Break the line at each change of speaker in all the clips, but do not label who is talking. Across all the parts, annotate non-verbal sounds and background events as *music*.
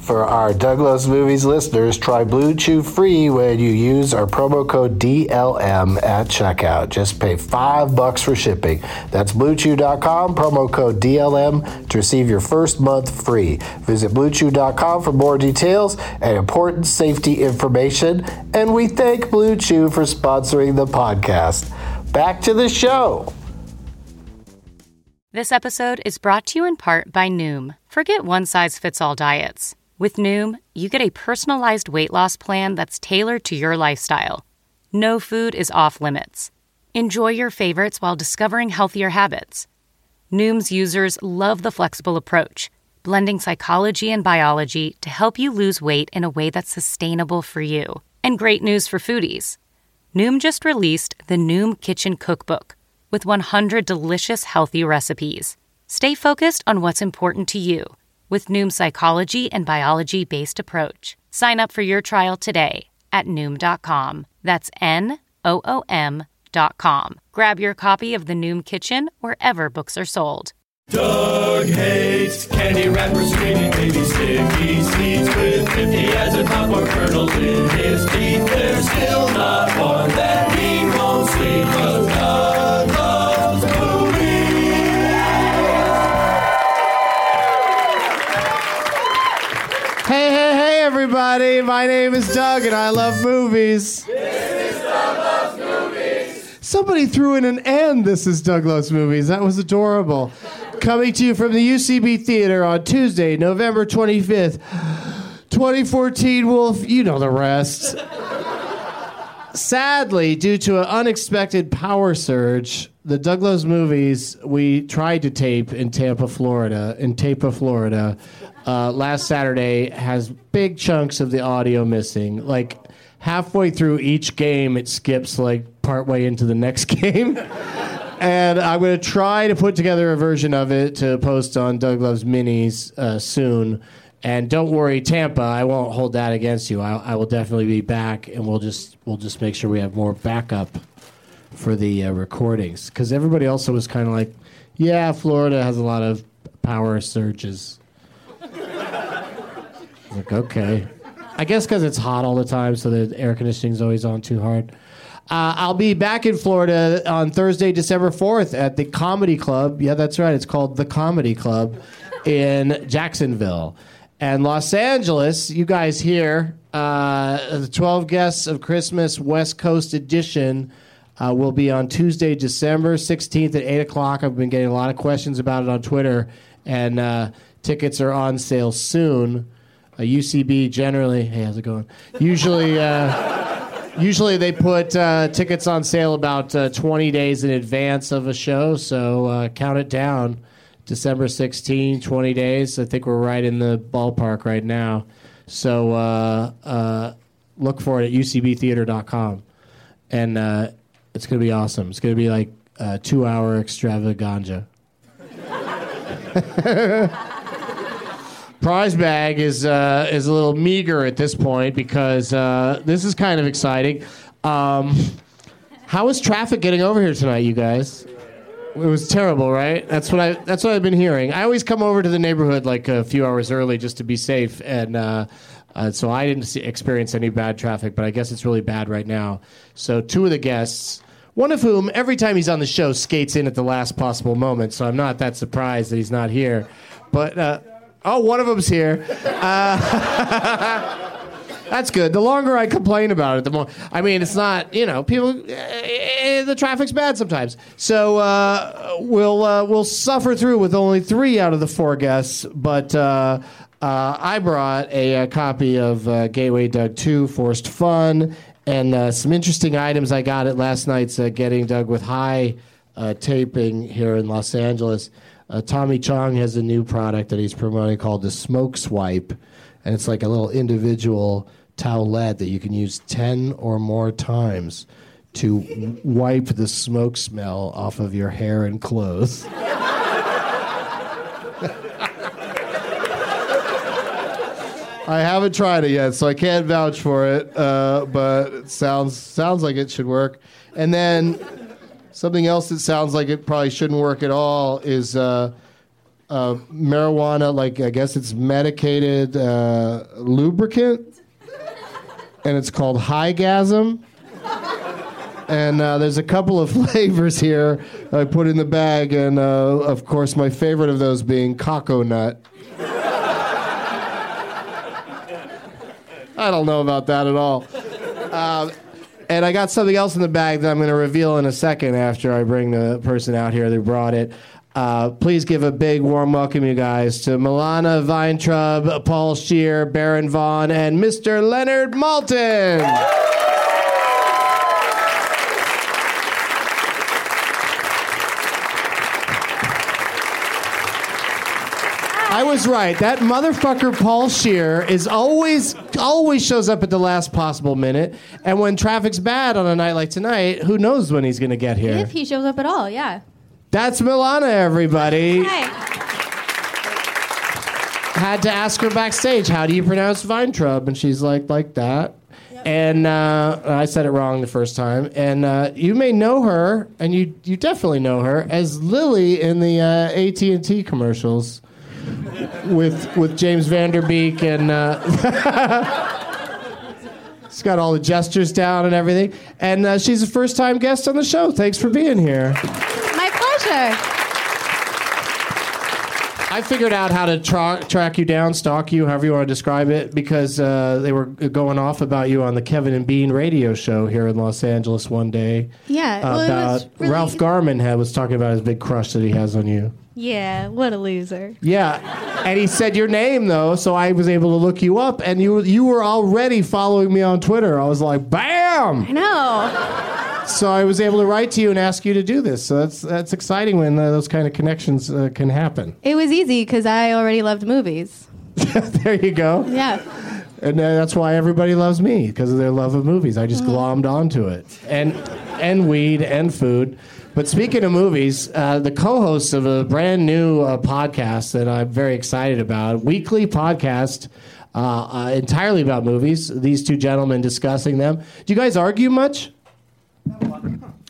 for our Douglas Movies listeners. Try Blue Chew free when you use our promo code DLM at checkout. Just pay 5 bucks for shipping. That's bluechew.com promo code DLM to receive your first month free. Visit bluechew.com for more details and important safety information and we thank Blue Chew for sponsoring the podcast. Back to the show.
This episode is brought to you in part by Noom. Forget one size fits all diets. With Noom, you get a personalized weight loss plan that's tailored to your lifestyle. No food is off limits. Enjoy your favorites while discovering healthier habits. Noom's users love the flexible approach blending psychology and biology to help you lose weight in a way that's sustainable for you. And great news for foodies Noom just released the Noom Kitchen Cookbook with 100 delicious healthy recipes. Stay focused on what's important to you with Noom's psychology and biology based approach. Sign up for your trial today at Noom.com. That's N O O M.com. Grab your copy of The Noom Kitchen wherever books are sold.
Doug hates candy wrappers, creamy baby sticky seeds with 50 as a popcorn kernels in his teeth. There's still not one that he won't sleep. Cause Doug loves movies.
Hey, hey, hey, everybody. My name is Doug, and I love movies. This is Doug Loves Movies. Somebody threw in an and this is Doug Loves Movies. That was adorable. Coming to you from the UCB Theater on Tuesday, November 25th, 2014. Wolf, you know the rest. Sadly, due to an unexpected power surge, the Douglas movies we tried to tape in Tampa, Florida, in Tampa, Florida, uh, last Saturday has big chunks of the audio missing. Like halfway through each game, it skips like partway into the next *laughs* game. and I'm going to try to put together a version of it to post on Doug Loves Minis uh, soon. And don't worry, Tampa, I won't hold that against you. I, I will definitely be back, and we'll just we'll just make sure we have more backup for the uh, recordings because everybody also was kind of like, yeah, Florida has a lot of power surges. *laughs* like, okay. I guess because it's hot all the time, so the air conditioning's always on too hard. Uh, I'll be back in Florida on Thursday, December 4th at the Comedy Club. Yeah, that's right. It's called The Comedy Club in Jacksonville. And Los Angeles, you guys here, uh, the 12 Guests of Christmas West Coast Edition uh, will be on Tuesday, December 16th at 8 o'clock. I've been getting a lot of questions about it on Twitter, and uh, tickets are on sale soon. Uh, UCB generally, hey, how's it going? Usually, uh, usually they put uh, tickets on sale about uh, 20 days in advance of a show, so uh, count it down. December 16, 20 days. I think we're right in the ballpark right now. So uh, uh, look for it at ucbtheater.com and uh, it's gonna be awesome. It's gonna be like a two-hour extravaganza. Prize bag is uh, is a little meager at this point because uh, this is kind of exciting. Um, how is traffic getting over here tonight, you guys? It was terrible, right? That's what I. That's what I've been hearing. I always come over to the neighborhood like a few hours early just to be safe, and uh, uh, so I didn't see, experience any bad traffic. But I guess it's really bad right now. So two of the guests, one of whom every time he's on the show skates in at the last possible moment. So I'm not that surprised that he's not here. But uh, oh, one of them's here. That's good. The longer I complain about it, the more. I mean, it's not you know people. eh, eh, the traffic's bad sometimes, so uh, we'll uh, we'll suffer through with only three out of the four guests. But uh, uh, I brought a, uh copy of uh, Gateway Doug Two Forced Fun and uh, some interesting items I got at last night's uh, Getting Doug with High uh, taping here in Los Angeles. Uh, Tommy Chong has a new product that he's promoting called the Smoke Swipe and it's like a little individual towelette that you can use 10 or more times to w- wipe the smoke smell off of your hair and clothes. *laughs* I haven't tried it yet, so I can't vouch for it, uh, but it sounds, sounds like it should work. And then something else that sounds like it probably shouldn't work at all is. Uh, uh, marijuana, like I guess it's medicated uh, lubricant, and it's called Highgasm. And uh, there's a couple of *laughs* flavors here I put in the bag, and uh, of course, my favorite of those being coconut. I don't know about that at all. Um, and I got something else in the bag that I'm going to reveal in a second after I bring the person out here that brought it. Uh, please give a big warm welcome, you guys, to Milana Weintraub, Paul Shear, Baron Vaughn, and Mr. Leonard Malton. I was right. That motherfucker Paul Shear is always always shows up at the last possible minute. And when traffic's bad on a night like tonight, who knows when he's gonna get here?
If he shows up at all, yeah.
That's Milana, everybody.
Hi.
Had to ask her backstage, how do you pronounce Weintraub? And she's like, like that. And uh, I said it wrong the first time. And uh, you may know her, and you you definitely know her as Lily in the uh, AT and T commercials with with James Vanderbeek, and uh, *laughs* she's got all the gestures down and everything. And uh, she's a first time guest on the show. Thanks for being here.
My pleasure.
I figured out how to tra- track you down, stalk you, however you want to describe it, because uh, they were going off about you on the Kevin and Bean radio show here in Los Angeles one day.
Yeah, well, it
about
was really-
Ralph Garman had, was talking about his big crush that he has on you.
Yeah, what a loser.
Yeah, and he said your name though, so I was able to look you up, and you you were already following me on Twitter. I was like, bam!
No.
So I was able to write to you and ask you to do this. So that's that's exciting when uh, those kind of connections uh, can happen. *laughs*
It was easy because I already loved movies.
there you go.
Yeah.
And uh, that's why everybody loves me because of their love of movies. I just glommed onto it, and and weed and food. But speaking of movies, uh, the co-hosts of a brand new uh, podcast that I'm very excited about, weekly podcast. Uh, uh, entirely about movies. These two gentlemen discussing them. Do you guys argue much?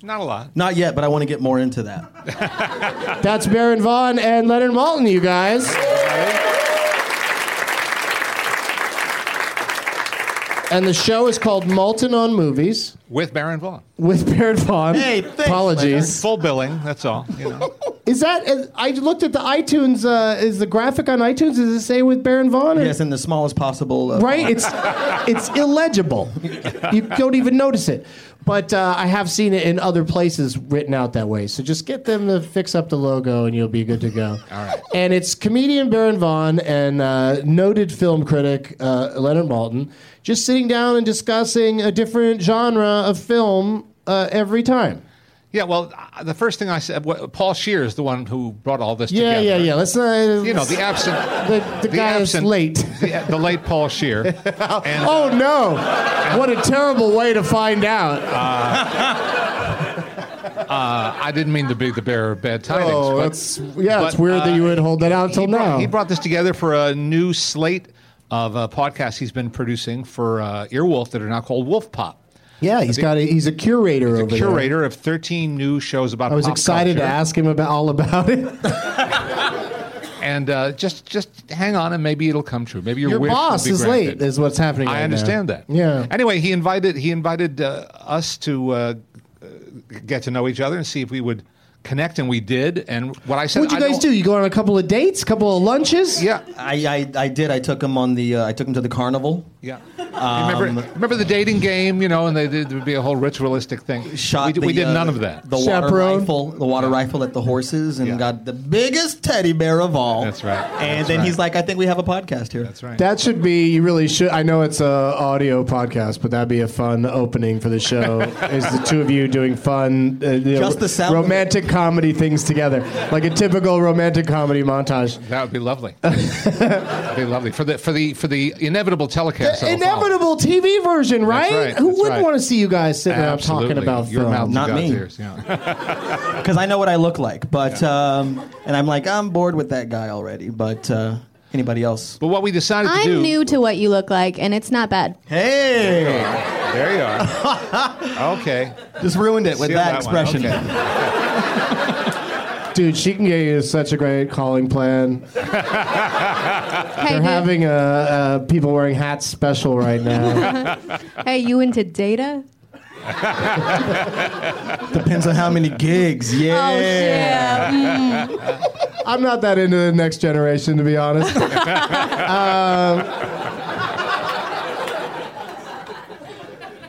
Not a lot.
Not yet, but I want to get more into that.
That's Baron Vaughn and Leonard Malton, you guys. And the show is called Malton on Movies
With Baron Vaughn.
with Baron Vaughn.
Hey, thanks,
apologies.
Full billing, that's all.
*laughs*
You know.
Is that? is- I looked at the iTunes. Uh, is the graphic on iTunes? Does it say with Baron Vaughn?
yes, in the smallest possible. Uh,
Right? It's it's illegible. You don't even notice it. But uh, I have seen it in other places written out that way. So just get them to fix up the logo, and you'll be good to go. All right. And it's comedian Baron Vaughn and uh, noted film critic uh, Leonard Malton just sitting down and discussing a different genre of film uh, every time.
yeah, well, uh, the first thing I said, wha- Paul Shear is the one who brought all this
Yeah,
together.
yeah, yeah. Let's not.
You know, the absent.
the, the, guy
absent-
is late.
The, the late Paul Shear. And,
*laughs* Oh no! What a terrible way to find out.
I didn't mean to be the bearer of bad tidings.
Oh,
but-
that's yeah. it's
but,
weird that
uh,
you would hold that out until
he brought,
now.
He brought this together for a new slate of uh, podcasts he's been producing for uh, Earwolf that are now called Wolf Pop.
Yeah, he's got a, he's a curator
He's a
over there.
curator of 13 new shows about.
I was excited to ask him about all about
*laughs*
it.
and uh, just just hang on, and maybe it'll come true. Maybe your,
Your
wish will
boss
be
is
granted.
late. Is what's happening. right
I
now.
understand that.
Yeah.
Anyway, he invited he invited uh, us to uh, uh, get to know each other and see if we would connect, and we did. And what I said,
What'd you
I
guys
don't-
do? You go on a couple of dates, a couple of lunches.
Yeah,
I, I, I did. I took him on the. Uh, I took him to the carnival.
yeah.
Um,
remember, remember the dating game, you know, and they did, there would be a whole ritualistic thing.
Shot.
we, d-
the,
we did
uh,
none of that.
The water
Chaperone.
rifle. The water rifle at the horses, and
Yeah.
got the biggest teddy bear of all.
That's right.
And
That's
then
right.
he's like, I think we have a podcast here.
That's right.
That should be. You really should. I know it's a audio podcast, but that'd be a fun opening for the
*laughs*
show. is the two of you doing fun, uh, you know,
Just the sound of
romantic comedy things together, like a typical romantic comedy montage.
That would
*laughs*
be lovely. That'd be lovely for the for the for the inevitable telecast.
The
that'll follow.
inevitable TV version, right?
right,
Who
that's
wouldn't
right.
want to see you guys sitting around talking
Absolutely.
about
your
film?
mouth, to
Not
God's
me.
ears, yeah.
Because I know what I look like, but um, and I'm like, I'm bored with that guy already. But uh, anybody else?
But what we decided to do.
I'm new to what you look like, and it's not bad.
Hey,
There you are.
*laughs*
okay.
just ruined it with
Seal
that,
one.
expression.
Okay.
Dude, she can get you such a great calling plan.
Hey,
They're
dude.
having a, a people wearing hats special right *laughs* now.
hey, you into data?
Depends on how many gigs. Yeah.
Oh shit! Mm.
I'm not that into the next generation, to be honest. um,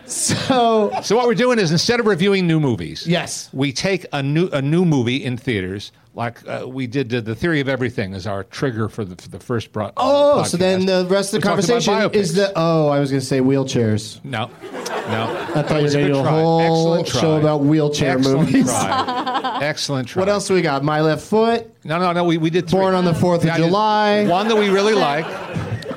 so
So what we're doing is instead of reviewing new
*laughs*
movies,
Yes.
we take a new a new movie in theaters, like uh, we did uh, the Theory of Everything as our trigger for the for the first uh, brought.
Oh, so then the rest of the conversation is
the
the oh, I was gonna say wheelchairs.
no, no.
I thought you were
It's a
gonna
good
do a
try.
whole
Excellent try.
show about wheelchair
Excellent
movies. *laughs*
Try. Excellent try.
What else do we got? My left foot.
No, no, no. We, we did three.
Born on the 4th of
Yeah, I did-
July.
One that we really like.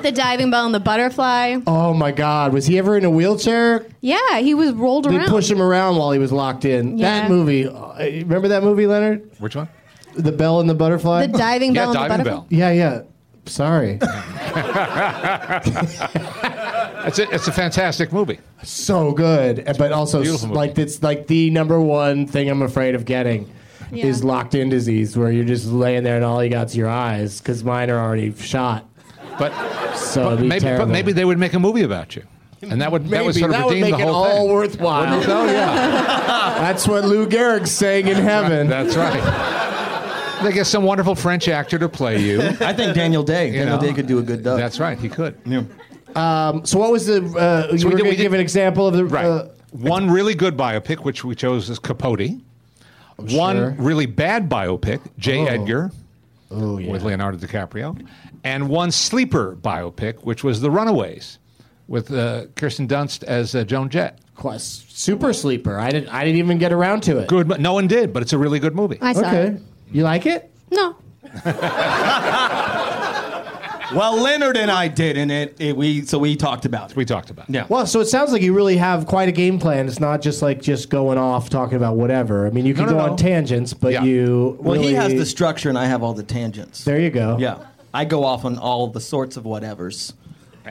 The diving bell and the butterfly.
Oh my God, was he ever in a wheelchair?
Yeah, he was rolled
They
around.
push him around while he was locked in.
Yeah.
That movie. uh, Remember that movie, Leonard?
Which one?
The Bell and the Butterfly.
the diving
Yeah,
bell and the
diving
butterfly.
bell.
yeah, yeah.
*laughs*
Sorry.
It's a, it's a fantastic movie.
so good, but also
beautiful movie.
like it's like the number one thing I'm afraid of getting
Yeah.
is locked in disease, where you're just laying there and all you got's your eyes, because mine are already shot.
But
So it'd be
maybe,
terrible.
but maybe they would make a movie about you, and that would that would
Maybe
sort of
that would
redeem
make
the
it
whole
all
thing.
worthwhile. *laughs*
Oh yeah,
That's what Lou Gehrig's saying in heaven.
*laughs* that's right. They get some wonderful French actor to play
*laughs*
you.
I think Daniel Day. Daniel
know.
Day could do a good duck.
That's right, he could.
Uh, So what was the? Uh, you
we
were going
did- we
to
did-
give an example of the
Right.
uh,
one really good biopic, which we chose is Capote. One
Oh, sure.
really bad biopic, J.
Oh.
Edgar, with Leonardo DiCaprio, and one sleeper biopic, which was The Runaways, with uh, Kirsten Dunst as uh, Joan Jett.
quest- super sleeper. I didn't. I didn't even get around to it.
Good, but no one did. But it's a really good movie.
I saw
Okay.
it.
You like it?
No.
Well, Leonard and I did, and it, it we so we talked about.
we talked about.
Yeah.
Well, so it sounds like you really have quite a game plan. It's not just like just going off talking about whatever. I mean, you can
No, no,
go
no.
on tangents, but
Yeah.
you
Well,
really,
he has the structure, and I have all the tangents.
There you go.
Yeah, I go off on all the sorts of whatevers,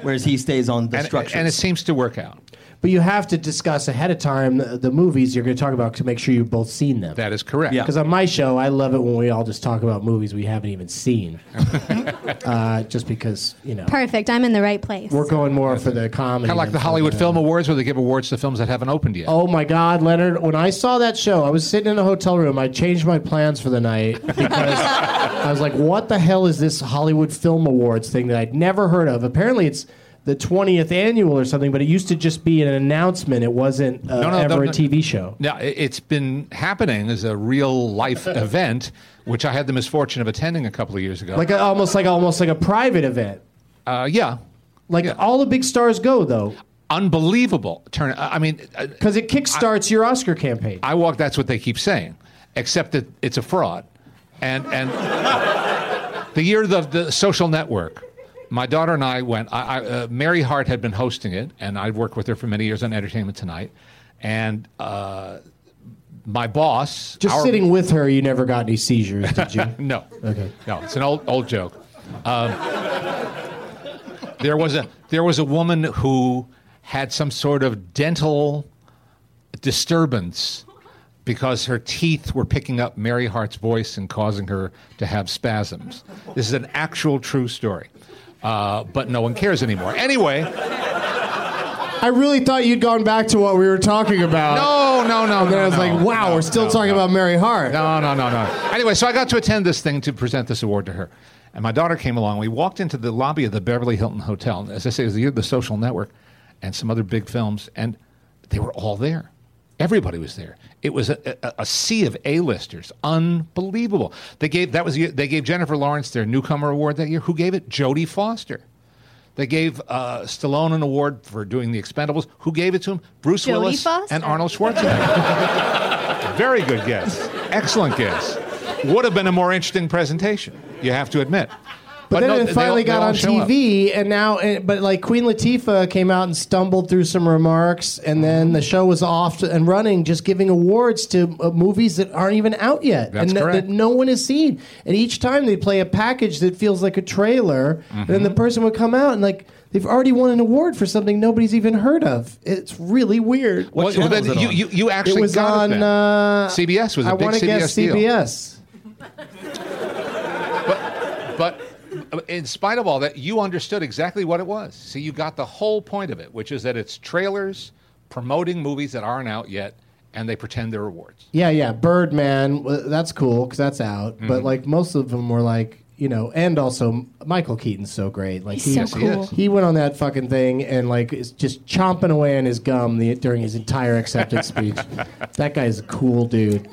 whereas he stays on the
And,
structure.
and it seems to work out.
But you have to discuss ahead of time the, the movies you're going to talk about to make sure you've both seen them.
That is correct.
Yeah.
Because on my show, I love it when we all just talk about movies we haven't even
*laughs*
seen. uh, just because you know
Perfect. I'm in the right place.
we're going more for the comedy.
Kind of like
than
the
for
Hollywood Film Awards, where they give awards to films that haven't opened yet.
Oh my God, Leonard! When I saw that show, I was sitting in a hotel room. I changed my plans for the night because I was like, "What the hell is this Hollywood Film Awards thing that I'd never heard of?" Apparently, it's the 20th annual or something, but it used to just be an announcement. It wasn't uh,
No, no,
ever
no,
a
no.
TV show.
Now, i- it's been happening as a real
*laughs*
life event, which I had the misfortune of attending a couple of years ago.
Like a, almost like almost like a private event.
uh, yeah,
Like all the big stars go though,
unbelievable turn. I I mean, uh,
because it kickstarts your Oscar campaign.
I walk. That's what they keep saying, except that it's a fraud. And and *laughs* the year of the, the social network, my daughter and I went. I, I, uh, Mary Hart had been hosting it, and I'd worked with her for many years on Entertainment Tonight, and. Uh, my boss,
just
our-
sitting with her, you never got any seizures, did
*laughs*
you?
No.
Okay.
No, it's an old old joke. Um, there was a there was a woman who had some sort of dental disturbance because her teeth were picking up Mary Hart's voice and causing her to have spasms. This is an actual true story. Uh, but no one cares anymore. Anyway,
I really thought you'd gone back to what we were talking about.
no, no, no.
And then
no,
I was
no,
Uh, like, wow,
no,
we're still
no,
talking
no.
about Mary Hart.
No, no, no, no. Anyway, so I got to attend this thing to present this award to her. And my daughter came along. We walked into the lobby of the Beverly Hilton Hotel. And as I say, it was the year of the social network and some other big films. And they were all there. Everybody was there. It was a, a, a sea of A-listers. Unbelievable. They gave, that was, the year- they gave Jennifer Lawrence their newcomer award that year. Who gave it? Jodie Foster. They gave uh, Stallone an award for doing The Expendables. Who gave it to him? Bruce
Jodie
Willis
Foster.
and Arnold Schwarzenegger. Very good guess. Excellent guess. Would have been a more interesting presentation, you have to admit.
But, then
no,
it
they
finally
all- they
got
all
on
show up.
TV, and now, and- but like Queen Latifah came out and stumbled through some remarks, and then the show was off to- and running, just giving awards to uh, movies that aren't even out yet,
That's
and that-
correct.
that no one has seen. And each time they play a package that feels like a trailer, and
Mm-hmm.
then the person would come out and like they've already won an award for something nobody's even heard of. It's really weird.
Well,
channel
then
was it
you,
on?
you, you actually
it was
got
on
then.
uh,
CBS was a
I
big
want to guess
CBS deal.
CBS.
But uh, in spite of all that, you understood exactly what it was. See, you got the whole point of it, which is that it's trailers promoting movies that aren't out yet, and they pretend they're awards.
Yeah, yeah, Birdman. w- That's cool because that's out.
Mm-hmm.
But like most of them were like, you know, and also Michael Keaton's so great. Like
He's so
he is.
cool.
he went on that fucking thing and like is just chomping away on his gum the, during his entire
*laughs*
acceptance speech. That guy's a cool dude.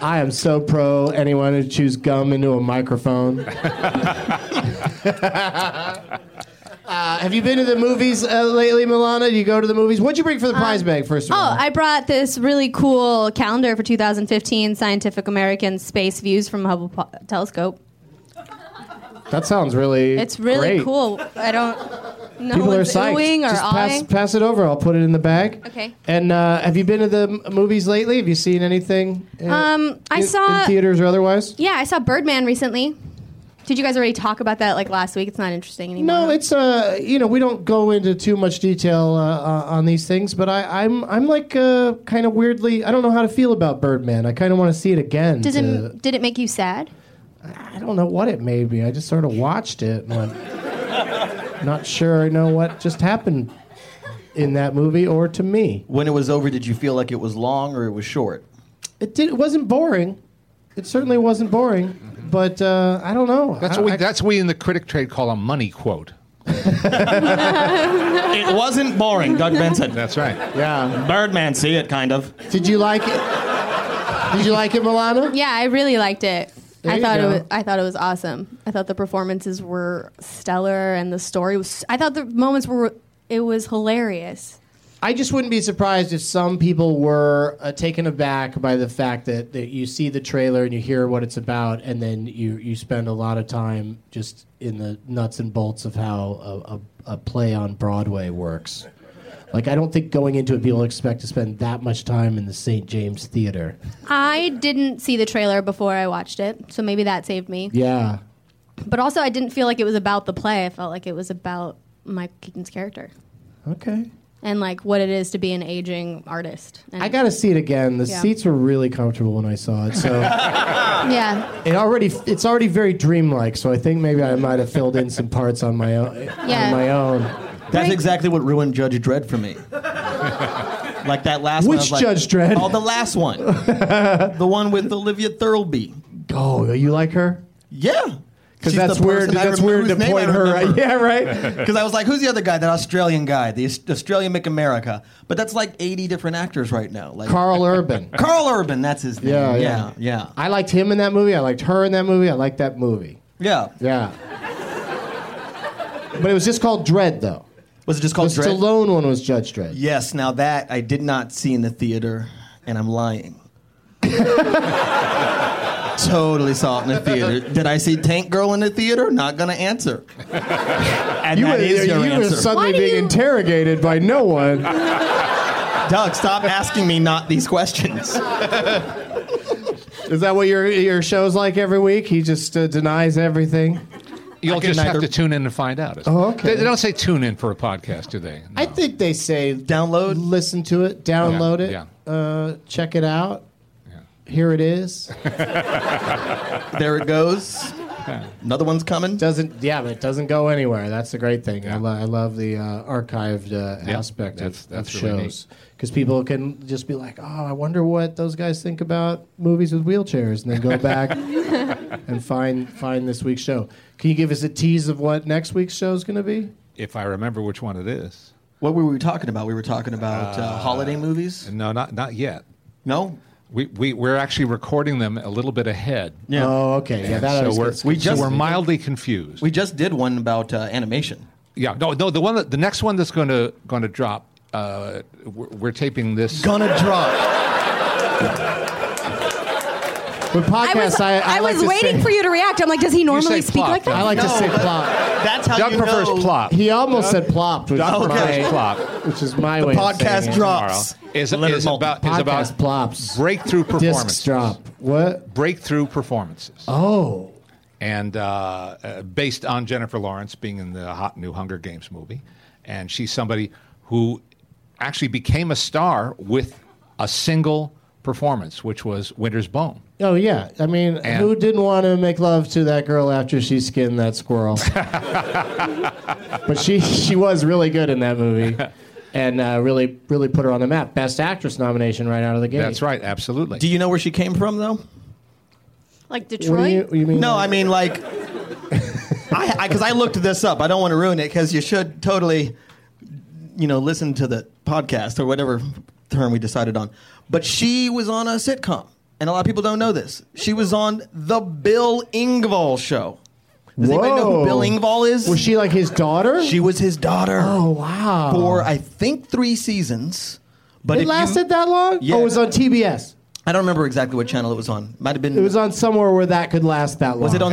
I am so pro anyone who chews gum into a
*laughs*
microphone. uh, Uh, have you been to the movies uh, lately, Milana? Do you go to the movies? What'd you bring for the prize bag first of all?
Oh, I brought this really cool calendar for 2015 Scientific American Space Views from Hubble po- Telescope.
That sounds really.
It's really
great.
cool. I don't know
People are
what's
psyched.
oohing or
Just pass,
awing.
pass it over. I'll put it in the bag.
Okay.
And uh, have you been to the m- movies lately? Have you seen anything? uh,
Um, I
in-
saw-
in theaters or otherwise.
Yeah, I saw Birdman recently. Did you guys already talk about that like last week? It's not interesting anymore.
No, it's uh, you know, we don't go into too much detail uh, uh, on these things, but I, I'm I'm like uh, kind of weirdly, I don't know how to feel about Birdman. I kind of want to see it again.
Did
to-
it, did it make you sad?
I don't know what it may be. I just sort of watched it and went, not sure I know what just happened in that movie or to me.
When it was over, did you feel like it was long or it was short?
It did. It wasn't boring. It certainly wasn't boring. But uh, I don't know.
That's
I,
what we,
I-
that's what we in the critic trade call a money quote.
It wasn't boring, Doug Benson.
*laughs*
*laughs*
That's right.
yeah.
Birdman, see it, kind of.
Did you like
*laughs*
it? Did you like it, Milana?
Yeah, I really liked it.
There
I
you
thought
go.
it was, I thought it was awesome. I thought the performances were stellar and the story was I thought the moments were it was hilarious.
I just wouldn't be surprised if some people were uh, taken aback by the fact that, that you see the trailer and you hear what it's about, and then you, you spend a lot of time just in the nuts and bolts of how a, a, a play on Broadway works. Like, I don't think going into it, people expect to spend that much time in the St. James Theater.
I didn't see the trailer before I watched it, so maybe that saved me.
Yeah.
But also I didn't feel like it was about the play. I felt like it was about Mike Keaton's character
Okay.
and like what it is to be an aging artist. And,
I got to see it again. The
Yeah.
seats were really comfortable when I saw it,
*laughs*
so
Yeah.
it already it's already very dreamlike. So I think maybe I might have filled in some parts on my own.
Yeah.
On my own.
That's
Right.
exactly what ruined Judge Dredd
*laughs*
for me. like that last one. I
Which
was like-
Judge Dredd?
Oh, the
*laughs*
last one. the one with Olivia Thirlby.
Oh, you like her?
Yeah.
Because that's weird. That's weird to point her. at-
*laughs*
Yeah, right. *laughs*
Because I was like, who's the other guy? That Australian guy, the Aus- Australian Make America. But that's like 80 different actors right now. Like
Carl Urban.
Carl Urban, that's his name.
Yeah,
*laughs* Yeah,
yeah.
yeah, yeah.
I liked him in that movie. I liked her in that movie. I liked that movie. Yeah. But it was just called Dread, though.
Was it just
The
called Dredd?
Stallone one was Judge Dread.
Yes. Now that I did not see in the theater, and
*laughs*
I'm lying. totally saw it in the theater. Did I see Tank Girl in the theater? Not gonna answer. And
You
that
were,
is
you
your
were
answer.
suddenly
Why do
being
you-
interrogated by no one.
Doug, stop asking me not these questions.
Is that what your your show's like every week? He just uh, denies everything.
You'll
I can
just have
neither-
to tune in and find out.
Oh, okay.
They, they don't say tune in for a podcast, do they?
I
No.
think they say
Download?
listen to it, download
Yeah,
it, Uh, check it out. Here it
*laughs*
is.
There it goes. Another one's coming.
Doesn't yeah, but it doesn't go anywhere. That's the great thing. I, lo- I love the uh, archived uh,
Yeah,
aspect
that's-
of,
that's
of
really
shows because people can just be like, "Oh, I wonder what those guys think about movies with wheelchairs," and then go
*laughs*
back and find find this week's show. Can you give us a tease of what next week's show is going to be?
If I remember which one it is.
What were we talking about? We were talking about uh, holiday movies.
No, not not yet.
No,
We we we're actually recording them a little bit ahead.
Yeah.
Oh, okay. Yeah, that
so
always
we're
gets-
we
so
just-
we're mildly confused.
we just did one about uh, animation.
yeah, no, no. The one that the next one that's going to going to drop. Uh, we're, we're taping this.
Gonna drop.
with
I
podcasts.
was,
I,
I,
I, like
was
to
waiting
say-
for you to react. I'm like, does he normally
say
speak
plop,
like that?
don't
I like to
No,
say
but- *laughs*
plop.
That's how
Doug
you
prefers
know
plop.
He almost said plop, which,
Doug
is,
prefers
my,
plop.
which is my way. of saying
Podcast
it.
drops.
Is,
Leonard
is
Maltin.
about is
Podcast
about
plops.
breakthrough
Discs
performances.
drop. What?
Breakthrough performances.
Oh.
and uh, uh, based on Jennifer Lawrence being in the hot new Hunger Games movie, and she's somebody who actually became a star with a single performance, which was Winter's Bone.
Oh yeah, I mean,
And-
who didn't want to make love to that girl after she skinned that squirrel? but she she was really good in that movie, and uh, really really put her on the map. Best Actress nomination right out of the gate.
That's right, absolutely.
Do you know where she came from, though?
Like
What do
Detroit?
you, you mean?
No, I mean like, I because I, looked this up. I don't want to ruin it because you should totally, you know, listen to the podcast or whatever term we decided on. But she was on a sitcom, and a lot of people don't know this. She was on the Bill Ingvall show. Does anybody know
Whoa.
who Bill Ingvall is?
was she like his daughter?
She was his daughter.
Oh wow!
For I think three seasons. But if
it
you-
lasted that long?
Yeah.
Oh, it was on TBS.
I don't remember exactly what channel it was on. Might have been.
It was on somewhere where that could last that long.
Was it on? *laughs*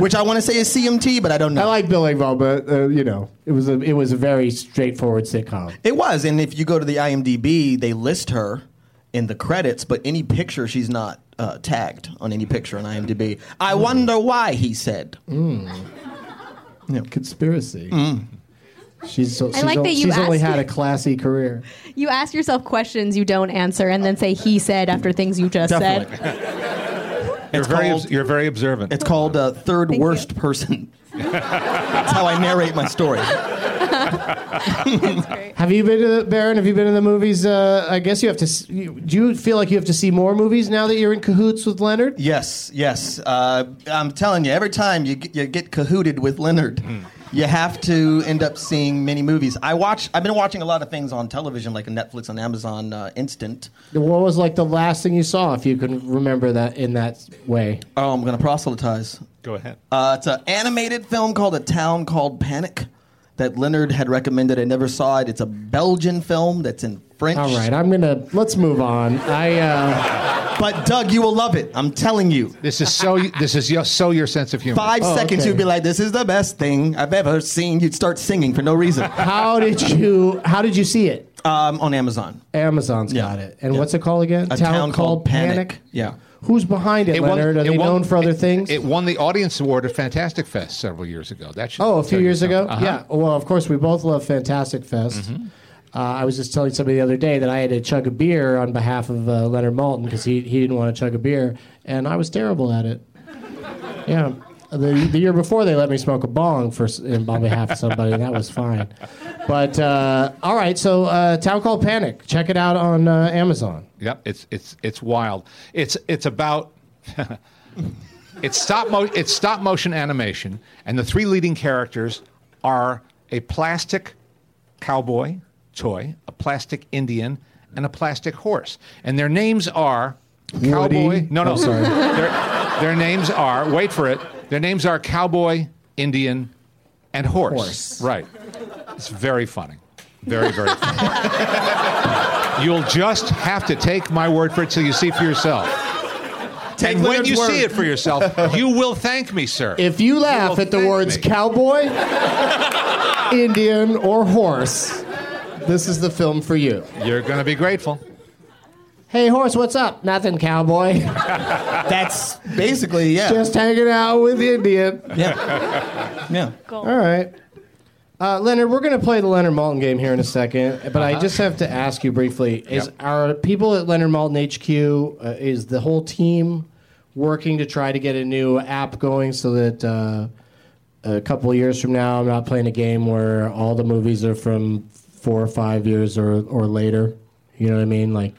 which I want to say is CMT, but I don't know.
I like Bill Engvall, but uh, you know, it was a it was a very straightforward sitcom.
It was, and if you go to the IMDb, they list her in the credits, but any picture she's not uh, tagged on any picture on IMDb. I wonder why Mm. he said.
Conspiracy.
Mm.
She's so, she's,
like
only,
that you
she's only
asked-
had a classy career.
You ask yourself questions you don't answer and then say he said after things you just
Definitely.
said.
you're,
It's
very,
called,
obs- you're very observant.
it's called uh, third
Thank
worst person. *laughs* That's how I narrate my story.
*laughs* Have you been to the Baron? Have you been to the movies? Uh, I guess you have to. s- you- Do you feel like you have to see more movies now that you're in cahoots with Leonard?
Yes, yes. Uh, I'm telling you, every time you get, you get cahooted with Leonard, you have to end up seeing many movies. I watch. I've been watching a lot of things on television, like Netflix and Amazon uh, Instant.
What was like the last thing you saw, if you can remember that in that way?
Oh, I'm gonna proselytize.
Go ahead.
Uh, it's an animated film called A Town Called Panic that Leonard had recommended. I never saw it. It's a Belgian film that's in French.
All right, I'm gonna let's move on. I uh,
But Doug, you will love it. I'm telling you.
this is so. This is your, so your sense of humor.
Five
Oh,
seconds,
okay.
you'd be like, "This is the best thing I've ever seen." You'd start singing for no
*laughs*
reason.
how did you how did you see it?
um, on Amazon,
Amazon's
Yeah.
got it. And
Yeah.
what's it called again?
A Town Called Panic. Yeah.
Who's behind it, Leonard? Are
it
they known for other
it-
things?
It won the audience award at Fantastic Fest several years ago. That should
Oh, a few
tell you
years ago?
something. Uh-huh. Mm-hmm.
Yeah. Well, of course, we both love Fantastic Fest. Uh, I was just telling somebody the other day that I had to chug a beer on behalf of uh, Leonard Malton because he, he didn't want to chug a beer, and I was terrible at it. Yeah. The, the year before, they let me smoke a bong for s- in, on behalf of somebody, and that was fine. But uh, all right, so uh, Town Call Panic. Check it out on uh, Amazon.
Yep, it's it's it's wild. It's it's about *laughs* it's stop mo- it's stop motion animation, and the three leading characters are a plastic cowboy toy, a plastic Indian, and a plastic horse, and their names are Cowboy. No, no,
I'm sorry.
Their, their names are wait for it. Their names are Cowboy, Indian, and horse.
Horse.
Right. It's very funny. Very very funny. You'll just have to take my word for it till you see for yourself.
Take
and when
Leonard's
you
word.
see it for
*laughs*
yourself, you will thank me, sir.
If you laugh
will
at the
thank
words
me. *laughs*
cowboy, Indian, or horse, this is the film for you.
You're going to be grateful.
Hey, horse, what's up? Nothing, cowboy.
That's basically yeah.
*laughs* Just hanging out with the Indian.
yeah. *laughs* yeah.
All right. Uh, Leonard, we're going to play the Leonard Malton game here in a second, but I just have to ask you briefly: Is
Yep.
our people at Leonard Malton HQ uh, is the whole team working to try to get a new app going so that uh, a couple of years from now, I'm not playing a game where all the movies are from four or five years or or later? You know what I mean? Like,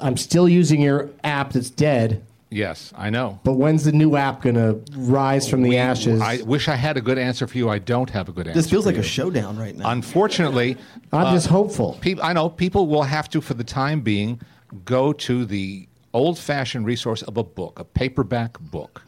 I'm still using your app that's dead,
Yes, I know.
but when's the new app going to rise from the ashes?
I wish I had a good answer for you. I don't have a good answer.
This feels
for
like a
you.
showdown right now.
Unfortunately,
I'm
uh,
just hopeful.
peop I know people will have to, for the time being, go to the old-fashioned resource of a book, a paperback book.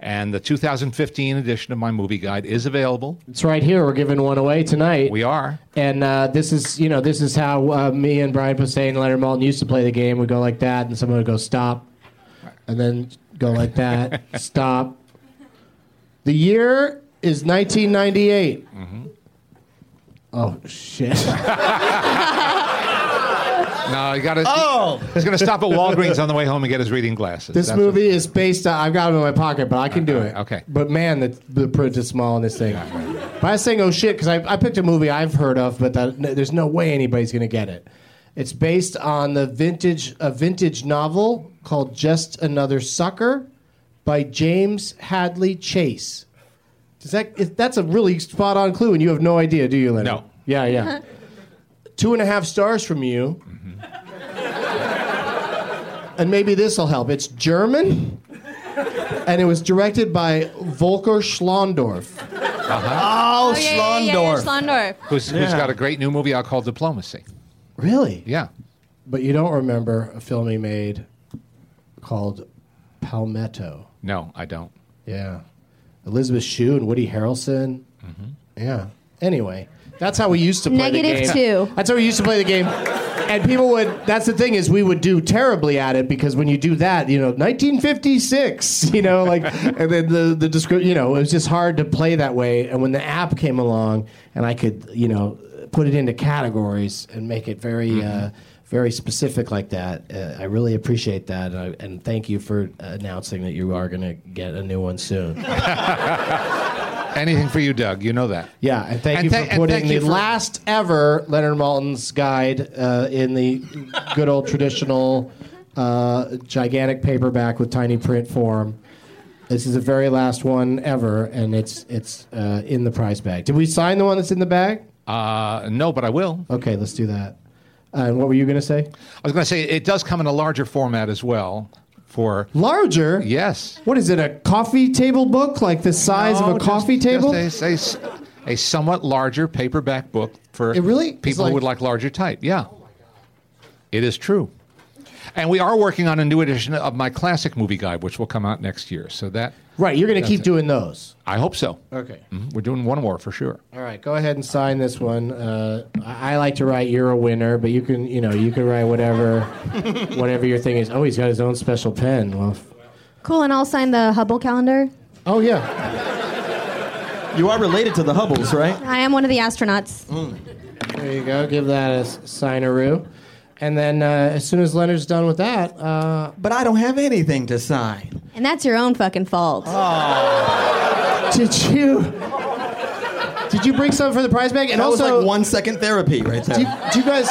And the 2015 edition of my movie guide is available.
It's right here. We're giving one away tonight.
We are.
And uh, this is, you know, this is how uh, me and Brian Posehn and Leonard Malton used to play the game. We'd go like that, and someone would go stop, and then go like
*laughs*
that, stop. The year is 1998.
Mm-hmm.
Oh shit! *laughs*
No, you got to.
oh,
He's going to stop at Walgreens on the way home and get his reading glasses.
this
That's what-
movie is based on. I've got it in my pocket, but I can do it.
okay.
But man, the the print is small on this thing. But I was saying, oh shit, because I, I picked a movie I've heard of, but that, no, there's no way anybody's gonna get it. It's based on the vintage a vintage novel called Just Another Sucker by James Hadley Chase. Does that is, that's a really spot on clue, and you have no idea, do you, Leonard?
No.
Yeah, yeah. Two and a half stars from you. and maybe this will help. It's German, and it was directed by Volker Schlondorf.
oh,
yeah, yeah, yeah,
Schlondorf.
Schlondorf.
uh-huh. Who's, who's
Yeah.
got a great new movie out called Diplomacy.
Really?
Yeah.
But you don't remember a film he made called Palmetto.
No, I don't.
Yeah. Elizabeth Shue and Woody Harrelson.
Mm-hmm.
Yeah. Anyway, that's how we used to play
Negative
the game.
two.
That's how we used to play the game. And people would, that's the thing is we would do terribly at it because when you do that, you know, 1956, *laughs* you know, like, and then the, the description, you know, it was just hard to play that way. And when the app came along and I could, you know, put it into categories and make it very, uh, very specific like that. Uh, I really appreciate that, and, I, and thank you for announcing that you are going to get a new one soon.
Anything for you, Doug. You know that.
Yeah, and thank
And
you
thank-
for
and
putting
thank
the
you for-
last ever Leonard Malton's guide uh, in the good old traditional uh, gigantic paperback with tiny print form. This is the very last one ever, and it's it's uh, in the prize bag. Did we sign the one that's in the bag?
Uh, no, but I will.
Okay, let's do that. Uh, and what were you going to say?
I was going to say it does come in a larger format as well. For
Larger.
yes,
What is it? A coffee table book, like the size
No,
of a
Oh, just-
coffee table?
Just a, s- a somewhat larger paperback book for
It really is
people who would
like-
like larger type. Yeah, it is true. And we are working on a new edition of my classic movie guide, which will come out next year. So that
right. You're going to keep
it.
doing those. Mm-hmm.
I hope so.
Okay.
Mhm. We're doing one more for sure.
All right, go ahead and sign this one. Uh, I I like to write "You're a winner," but you can, you know, you can write whatever, whatever your thing is. Oh, he's got his own special pen. Well, f-
Cool, and I'll sign the Hubble calendar.
oh yeah,
You are related to the Hubbles, right?
I am one of the astronauts.
Mm. there you go. Give that a s- signeroo, and then uh, as soon as Leonard's done with that, uh,
But I don't have anything to sign.
And that's your own fucking fault.
did you did you bring some for the prize bag? And
That
also,
was like one second therapy right
do, you,
there.
do you guys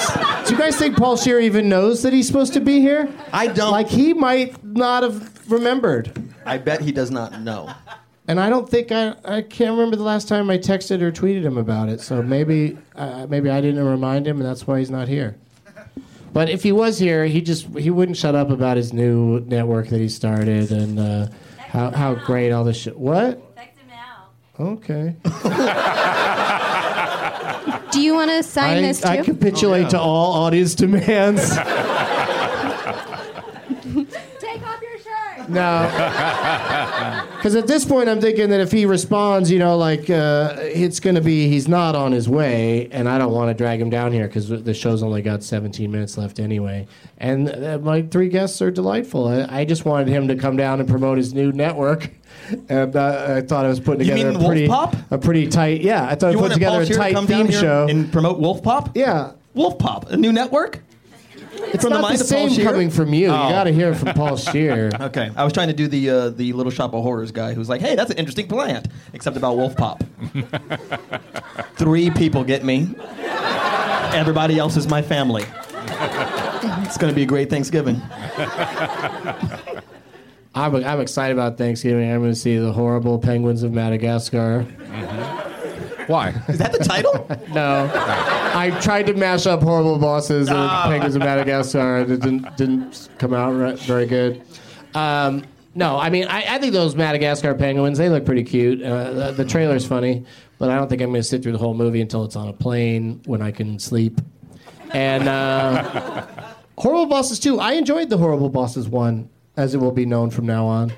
do you guys think Paul Shear even knows that he's supposed to be here?
I don't.
Like he might not have remembered.
I bet he does not know.
And I don't think I I can't remember the last time I texted or tweeted him about it. So maybe uh, maybe I didn't remind him, and that's why he's not here. But if he was here, he just he wouldn't shut up about his new network that he started and uh, how how great all this shit. What? Okay.
Do you want to sign
I,
this too?
I capitulate to all audience demands.
Take off your shirt.
No. Because at this point, I'm thinking that if he responds, you know, like uh, it's going to be he's not on his way, and I don't want to drag him down here because the show's only got 17 minutes left anyway. And uh, my three guests are delightful. I, I just wanted him to come down and promote his new network. *laughs* And uh, I thought I was putting
You
together
mean
a pretty
Wolf Pop?
a pretty tight yeah. I thought
You
I put
want
together
Paul
a
Shear to
tight
come
theme
down here
show.
and promote Wolf Pop?
yeah,
Wolf Pop, a new network.
It's
From the
not
mind
the
of Paul Oh.
same
Scheer?
coming from you. You got to hear it from
*laughs*
Paul Shear.
Okay, I was trying to do the uh, the Little Shop of Horrors guy who's like, "Hey, that's an interesting plant," except about Wolf Pop. Three people get me. Everybody else is my family. It's going to be a great Thanksgiving.
I'm, I'm excited about Thanksgiving. I'm going to see the horrible Penguins of Madagascar. *laughs*
Why?
Is that
*laughs*
the title?
No, I tried to mash up horrible bosses and Penguins of Madagascar. and It didn't didn't come out right, very good. Um, no, I mean I, I think those Madagascar penguins they look pretty cute. Uh, the, the trailer's funny, but I don't think I'm going to sit through the whole movie until it's on a plane when I can sleep. And uh, horrible bosses too. I enjoyed the horrible bosses one. As it will be known from now on,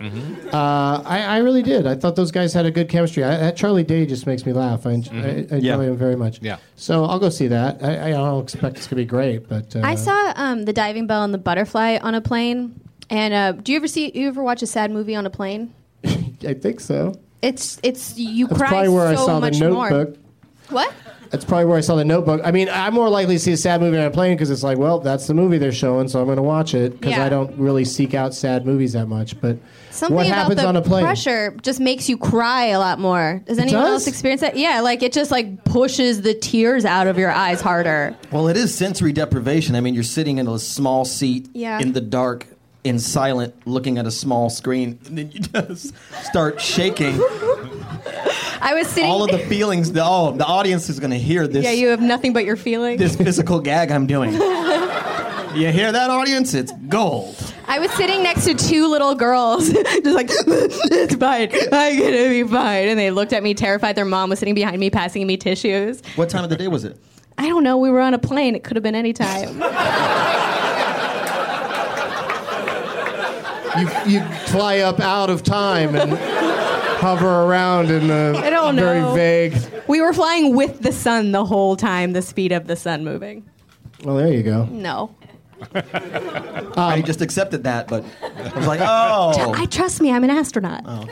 uh, I, I really did. I thought those guys had a good chemistry. I, that Charlie Day just makes me laugh. I, en- I, I
Yeah.
enjoy him very much.
Yeah.
So I'll go see that. I, I don't expect it's gonna be great, but uh,
I saw um, the diving bell and the butterfly on a plane. And uh, do you ever see? You ever watch a sad movie on a plane?
I think so.
It's it's you
That's
cry
probably where
so
I saw the
much
Notebook.
more. What?
That's probably where I saw the Notebook. I mean, I'm more likely to see a sad movie on a plane because it's like, well, that's the movie they're showing, so I'm gonna watch it because
Yeah.
I don't really seek out sad movies that much. But
Something
what
about
happens
the
on a plane?
pressure just makes you cry a lot more. Does anyone
does?
else experience that? Yeah, like it just like pushes the tears out of your eyes harder.
Well, it is sensory deprivation. I mean, you're sitting in a small seat
Yeah.
in the dark, in silent, looking at a small screen, and then you *laughs* just
*laughs*
start shaking.
I was sitting.
All of the feelings. The, oh, the audience is going to hear
*laughs*
this.
yeah, you have nothing but your feelings.
this physical gag
*laughs*
I'm doing. You hear that, audience? It's gold.
I was sitting next to two little girls, *laughs* just like, it's fine. I'm going to be fine. And they looked at me terrified. Their mom was sitting behind me, passing me tissues.
What time of the day was it?
I don't know. We were on a plane. It could have been any time.
You you fly up out of time and hover around in the
I don't
very
know.
vague.
we were flying with the sun the whole time, the speed of the sun moving.
Well, there you go.
No.
I
Um,
just accepted that, but I was like, oh.
I trust me. I'm an astronaut.
Oh.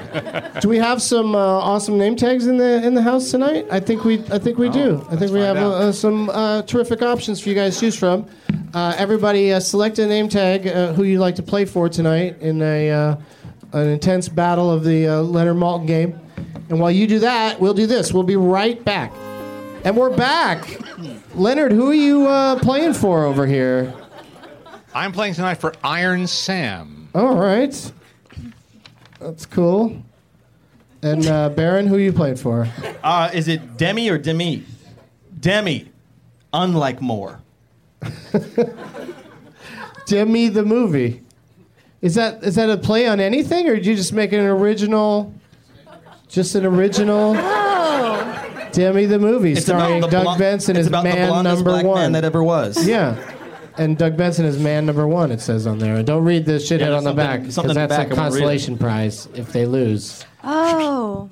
Do we have some uh, awesome name tags in the in the house tonight? I think we I think we do. I think we have
find out.
uh, some uh, terrific options for you guys to choose from. Uh, everybody, uh, select a name tag uh, who you'd like to play for tonight in a uh, an intense battle of the uh, Leonard Malton game. And while you do that, we'll do this. We'll be right back. And we're back. Leonard, who are you uh, playing for over here?
I'm playing tonight for Iron Sam.
All right, that's cool. And uh, Baron, who are you playing for?
Uh, is it Demi or Demi? Demi. Unlike Moore.
Demi the movie. Is that is that a play on anything, or did you just make an original? Just an original. Demi the movie, starring Doug
blon-
Benson
it's
as
about the
man
blondest
number
black
one.
man that ever was.
yeah, and Doug Benson is man number one. It says on there. And don't read the shithead
there's
on the
something-
back
something
because
in the
that's
back,
a
I won't read it.
consolation prize if they lose.
Oh.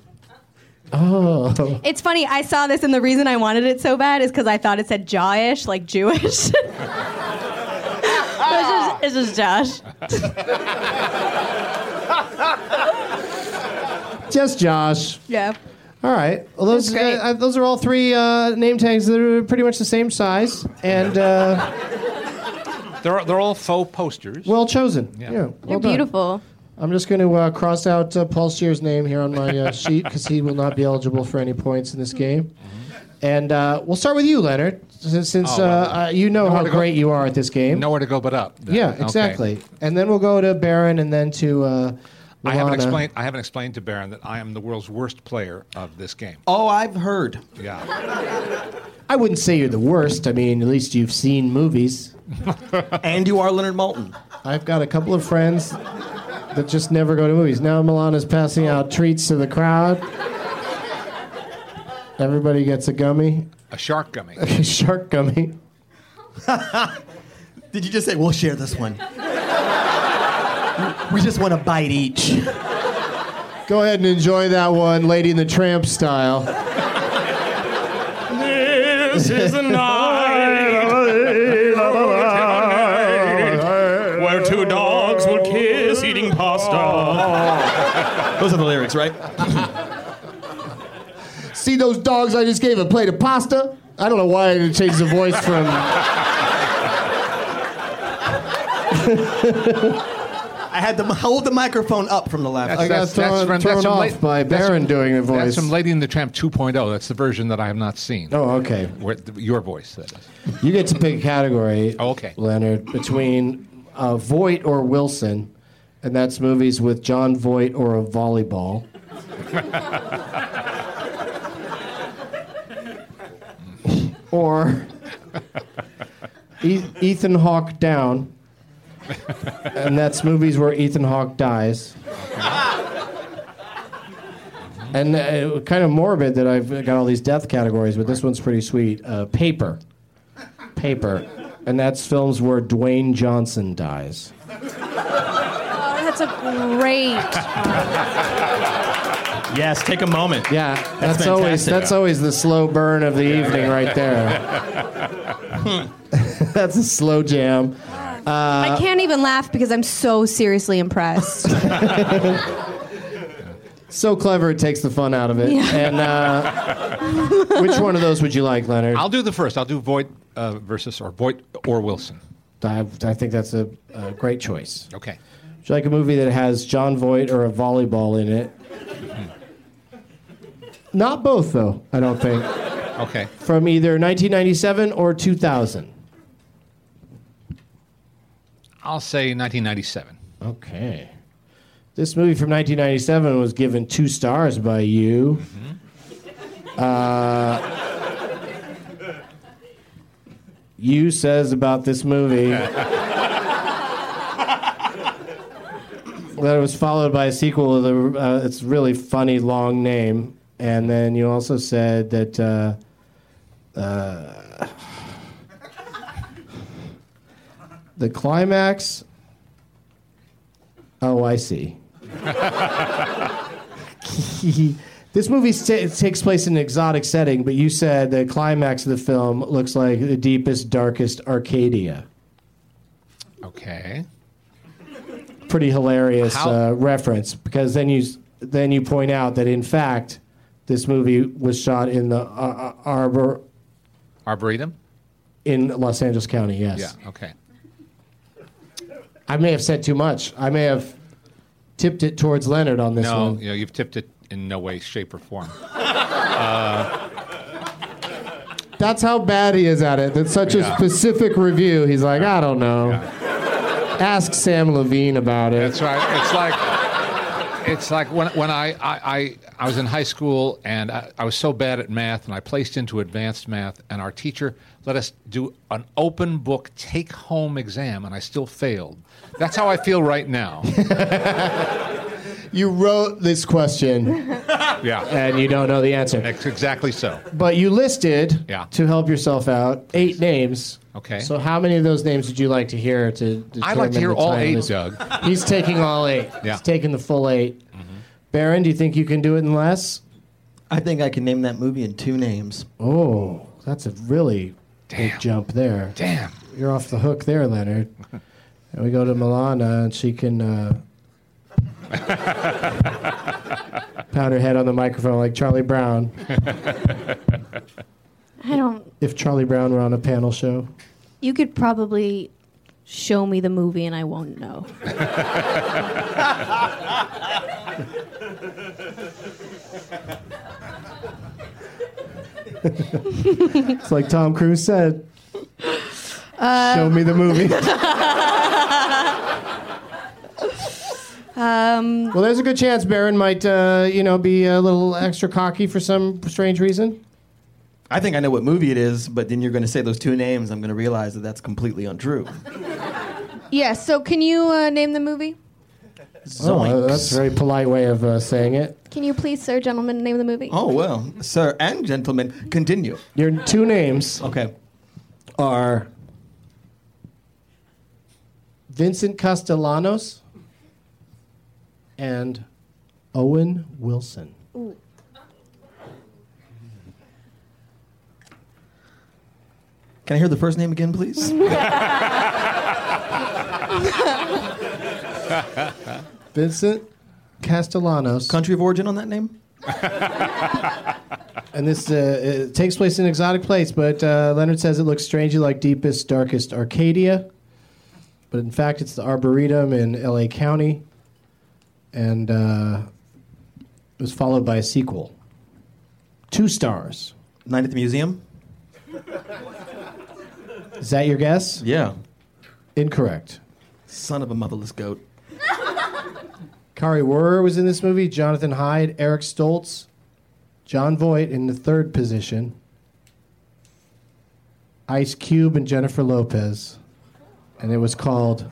Oh,
It's funny. I saw this, and the reason I wanted it so bad is because I thought it said Jawish, like Jewish. *laughs* it's, just, it's just Josh.
just Josh.
Yeah.
All right. Well, those
That's great.
uh, uh, those are all three uh, name tags that are pretty much the same size and uh,
They're, they're all faux posters.
well chosen. Yeah, well
You're
done.
beautiful.
I'm just going to uh, cross out uh, Paul Shear's name here on my
*laughs*
uh, sheet because he will not be eligible for any points in this game. And uh, we'll start with you, Leonard, since, since
Oh, well.
uh, uh, you know how
to go.
great you are at this game.
Nowhere to go but up. then.
Yeah,
Okay.
exactly. And then we'll go to Baron and then to. Uh,
I haven't
Lana.
explained. I haven't explained to Baron that I am the world's worst player of this game.
Oh, I've heard.
Yeah,
I wouldn't say you're the worst. I mean, at least you've seen movies.
And you are Leonard Malton.
I've got a couple of friends that just never go to movies. Now Milana's passing out treats to the crowd. Everybody gets a gummy, *laughs*
a shark gummy.
a shark gummy.
Did you just say, we'll share this one? we just want a bite each.
Go ahead and enjoy that one, Lady in the Tramp style.
This is
*laughs*
the night where
Oh.
two dogs will kiss eating pasta.
Those are the lyrics, right?
See those dogs I just gave a plate of pasta? I don't know why I had to change the voice from
I had to m- hold the microphone up from the laptop.
I got thrown- thrown
from
off
La-
by
that's
Baron
from-
doing the voice.
That's from Lady and the Tramp 2.0. That's the version that I have not seen.
Oh, okay.
Where, the, your voice, that is.
You get to pick a category,
Oh, okay.
Leonard, between uh, Voight or Wilson, and that's movies with John Voight or a volleyball. *laughs* or e- Ethan Hawke Down, and that's movies where Ethan Hawke dies. And uh, kind of morbid that I've got all these death categories, but this one's pretty sweet. Uh, paper. Paper. And that's films where Dwayne Johnson dies.
Oh, that's a great.
yes, take a moment.
Yeah, that's, always
fantastic.
that's always the slow burn of the evening right there. *laughs* that's a slow jam.
I can't even laugh because I'm so seriously impressed.
So clever it takes the fun out of it.
Yeah.
And uh, which one of those would you like, Leonard?
I'll do the first. I'll do Voight uh, versus or Voight or Wilson.
I, I think that's a, a great choice.
Okay.
Would you like a movie that has John Voight or a volleyball in it? Not both, though, I don't think.
Okay.
From either 1997 or 2000.
I'll say 1997.
Okay. This movie from 1997 was given two stars by you. Uh, you says about this movie that it was followed by a sequel with a uh, it's really funny long name, and then you also said that. Uh, The climax. Oh, I
*laughs*
see. this movie sta takes place in an exotic setting, but you said the climax of the film looks like the deepest, darkest Arcadia.
Okay.
Pretty hilarious
How-
uh, reference because then you s- then you point out that in fact this movie was shot in the uh, uh, Arbor
Arboretum?
in Los Angeles County. Yes.
Yeah. Okay.
I may have said too much. I may have tipped it towards Leonard on this
No,
one.
you know, you've tipped it in no way, shape, or form.
That's how bad he is at it. That's such
Yeah.
a specific review. He's like, I don't know. Ask Sam Levine about it.
That's right. It's like it's like when when I I, I, I was in high school and I, I was so bad at math and I placed into advanced math and our teacher let us do an open book take home exam and I still failed. That's how I feel right now.
you wrote this question
yeah.
and you don't know the answer.
Ex- Exactly so.
But you listed,
Yeah.
to help yourself out, eight names.
Okay.
So how many of those names would you like to hear to
I'd
determine
like to hear
the
all
title of
eight,
this-
Doug.
He's taking all eight.
Yeah. Mm-hmm.
He's taking the full 8 Baron, do you think you can do it in less?
I think I can name that movie in two names.
Oh, that's a really
Damn.
big jump there.
Damn.
You're off the hook there,
*laughs*
Leonard. And we go to Milana, and she can uh, pound her head on the microphone like Charlie Brown.
*laughs* I don't.
If Charlie Brown were on a panel show,
You could probably show me the movie and I won't know.
it's like Tom Cruise said. show me the movie. well, there's a good chance Baron might, uh, you know, be a little extra cocky for some strange reason.
I think I know what movie it is, but then you're going to say those two names. I'm going to realize that that's
*laughs*
completely untrue.
Yeah. So can you uh, name the movie?
Oh, that's a very polite way of uh, saying it.
Can you please, sir, gentlemen, name the movie?
Oh, well, sir and gentlemen, continue.
Your two names.
Okay.
are Vincent Castellanos and Owen Wilson.
Can I hear the first name again, please?
Vincent Castellanos,
Country of origin on that name?
and this uh, it takes place in an exotic place, but uh, Leonard says it looks strangely like deepest, darkest Arcadia. but in fact, it's the Arboretum in LA County, and uh, it was followed by a sequel. Two stars.
Night at the museum.
Is that your guess?
Yeah.
Incorrect.
Son of a motherless goat.
Kari Werrer was in this movie. Jonathan Hyde, Eric Stoltz, John Voight in the third position. Ice Cube and Jennifer Lopez, and it was called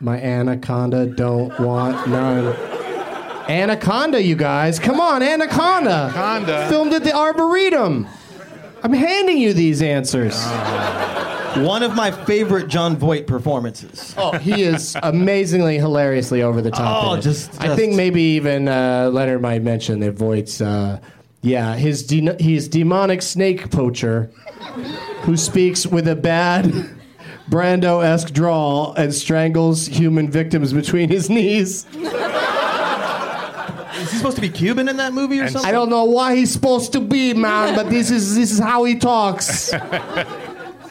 "My Anaconda Don't Want None." Anaconda, you guys, come on, Anaconda.
Anaconda.
Filmed at the Arboretum. I'm handing you these answers.
One of my favorite John Voight performances.
Oh, he is amazingly, hilariously over the top.
Oh,
in it.
just-
I think
just-
maybe even uh, Leonard might mention that Voight's, uh, yeah, his de- he's demonic snake poacher who speaks with a bad *laughs* Brando-esque drawl and strangles human victims between his knees.
Is he supposed to be Cuban in that movie or
And-
something?
I don't know why he's supposed to be, man, but this is this is how he talks.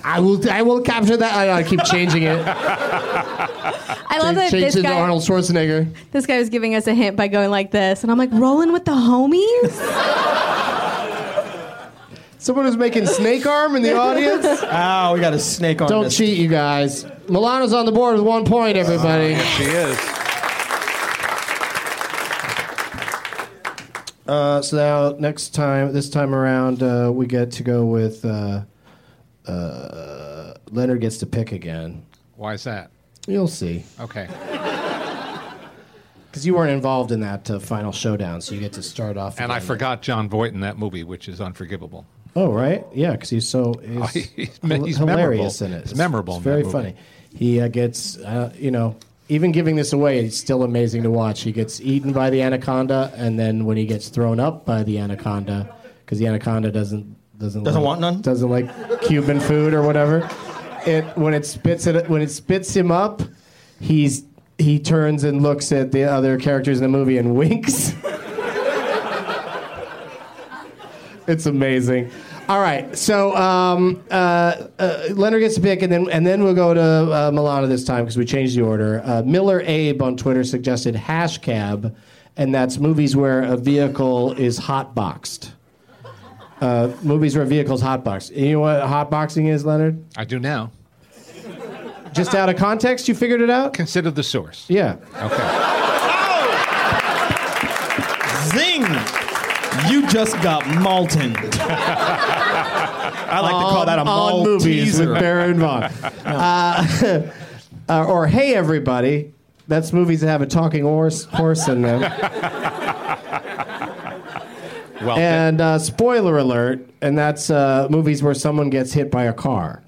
I will I will capture that. I, I keep changing it.
I love that
Change
this
it to
guy,
Arnold Schwarzenegger.
this guy was giving us a hint by going like this, and I'm like, rolling with the homies?
Someone was making snake arm in the audience.
Ah, we got a snake on
*laughs* Don't
this.
cheat, you guys. Milano's on the board with one point, everybody.
She is.
Uh, so now, next time, this time around, uh, we get to go with uh, uh, Leonard gets to pick again.
Why is that?
You'll see,
Okay.
because you weren't involved in that uh, final showdown, so you get to start off.
And I
again.
forgot John Voight in that movie, which is unforgivable.
Oh, right, yeah, because he's so he's,
*laughs* He's-
hil-
he's
hilarious
memorable.
in it.
He's memorable
It's
in that
very
movie.
funny. He uh, gets, uh, you know, even giving this away, it's still amazing to watch. He gets eaten by the anaconda, and then when he gets thrown up by the anaconda, because the anaconda doesn't doesn't
Doesn't
like-
want none?
doesn't like Cuban food or whatever. It when it spits it when it spits him up, he's he turns and looks at the other characters in the movie and winks. *laughs* It's amazing. All right, so um, uh, uh, Leonard gets a pick, and then and then we'll go to uh, Milana this time because we changed the order. Uh, Miller Abe on Twitter suggested hash cab, and that's movies where a vehicle is hotboxed. Uh, movies where a vehicle's hotboxed. You know what hotboxing is, Leonard?
I do now.
Just out of context, you figured it out.
Consider the source.
Yeah.
Okay.
Zing! You just got Malton. I like to call that a
Um, on
Malteser.
movies with Baron
*laughs*
Vaughn. Uh, *laughs* uh, or Hey Everybody. That's movies that have a talking horse, horse in them.
Well,
And uh, spoiler alert, and that's uh, movies where someone gets hit by a car.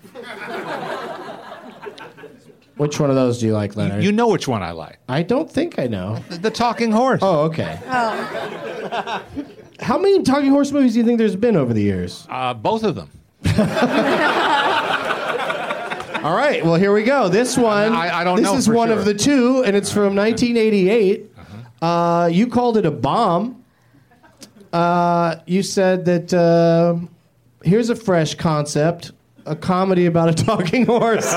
Which one of those do you like, Leonard?
you know which one I like.
I don't think I know.
The, the Talking Horse.
Oh, okay. How many Talking Horse movies do you think there's been over the years?
Uh, both of them.
All right, well, here we go. This one,
I- I don't
this
know
is
for
one
sure. Uh-huh.
of the two, and it's from 1988. Uh, you called it a bomb. Uh, you said that uh, here's a fresh concept a comedy about a *laughs* talking horse.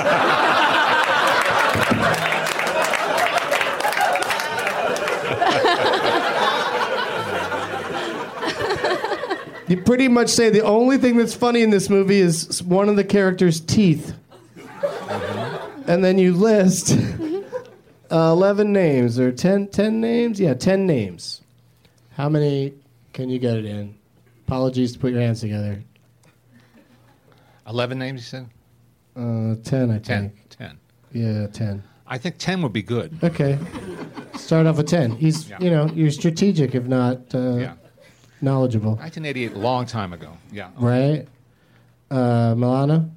You pretty much say the only thing that's funny in this movie is one of the character's teeth. And then you list
*laughs*
uh, 11 names or 10, 10 names? Yeah, 10 names. How many can you get it in? Apologies to put your hands together.
11 names, you said?
Uh, 10, I
10.
think.
10.
Yeah, 10.
I think 10 would be good.
Okay. Start off with 10. He's,
Yeah.
you know, you're strategic if not uh,
Yeah.
knowledgeable.
1988, long time ago. Yeah.
Right? Uh, Milana?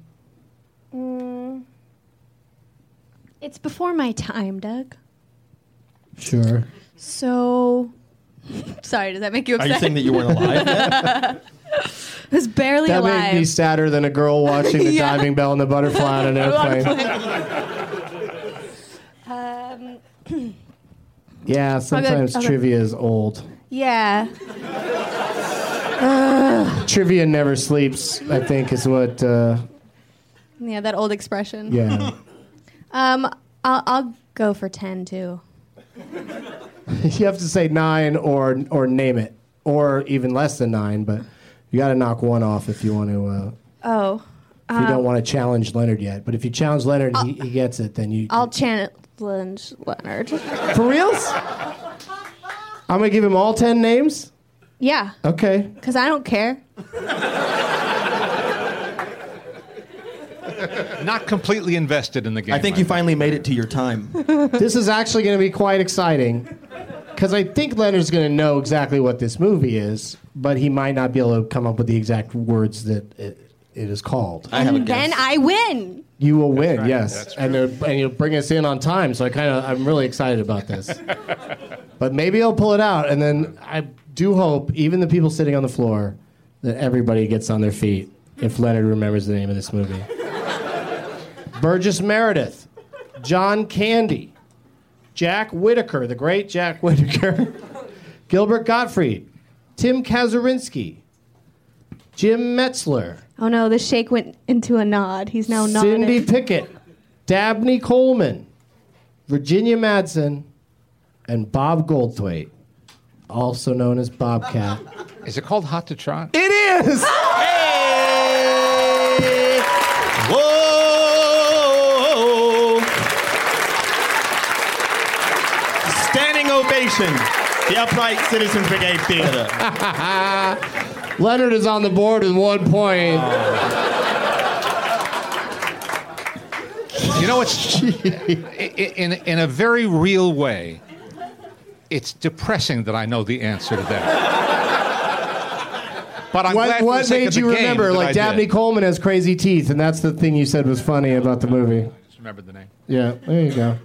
*laughs* it's before my time, Doug.
Sure.
So. *laughs* Sorry, does that make you
Are you
upset?
saying that you weren't alive *laughs* yet?
I was barely
That
alive.
made me sadder than a
*laughs*
girl watching the
Yeah.
diving bell and the butterfly
*laughs*
on an airplane.
um,
Yeah, sometimes
okay.
trivia is old.
yeah.
Trivia never sleeps, I think, is what. Uh,
Yeah, that old expression.
yeah.
Um, I'll, I'll go for 10 too.
*laughs* you have to say nine or or name it, or even less than nine. But you got to knock one off if you want to. Uh,
Oh,
if you don't want to challenge Leonard yet, but if you challenge Leonard, and he, he gets it. Then you
I'll challenge Leonard.
for reals. I'm gonna give him all ten names.
Yeah,
Okay.
because I don't care.
Not completely invested in the game.
I think you finally made it to your time.
this is actually going to be quite exciting because I think Leonard's going to know exactly what this movie is, but he might not be able to come up with the exact words that it, it is called.
I have a
and then
guess.
I win.
you will win, yes, and they're- and you'll bring us in on time. So I kind of I'm really excited about this, but maybe he'll pull it out, and then I do hope even the people sitting on the floor that everybody gets on their feet if Leonard remembers the name of this movie. *laughs* Burgess Meredith, John Candy, Jack Whitaker, the great Jack Whitaker, *laughs* Gilbert Gottfried, Tim Kazurinsky, Jim Metzler,
Oh no, the shake went into a nod. He's now nodding.
Cindy Pickett, Dabney Coleman, Virginia Madsen, and Bob Goldthwait, also known as
*laughs*
Bobcat.
Is it called Hot to Trot?
it is!
Whoa! Standing ovation. The Upright Citizens Brigade Theater.
Ah, Leonard is on the board with one point.
Uh, You
*laughs*
know, it's i- i- in in a very real way. It's depressing that I know the answer to that. But I'm glad
what
for
what
the sake
made
of the
you
game
remember?
that
Like,
I did.
Dabney Coleman has crazy teeth, and that's the thing you said was funny about the movie.
Just remember the name.
Yeah, there you go.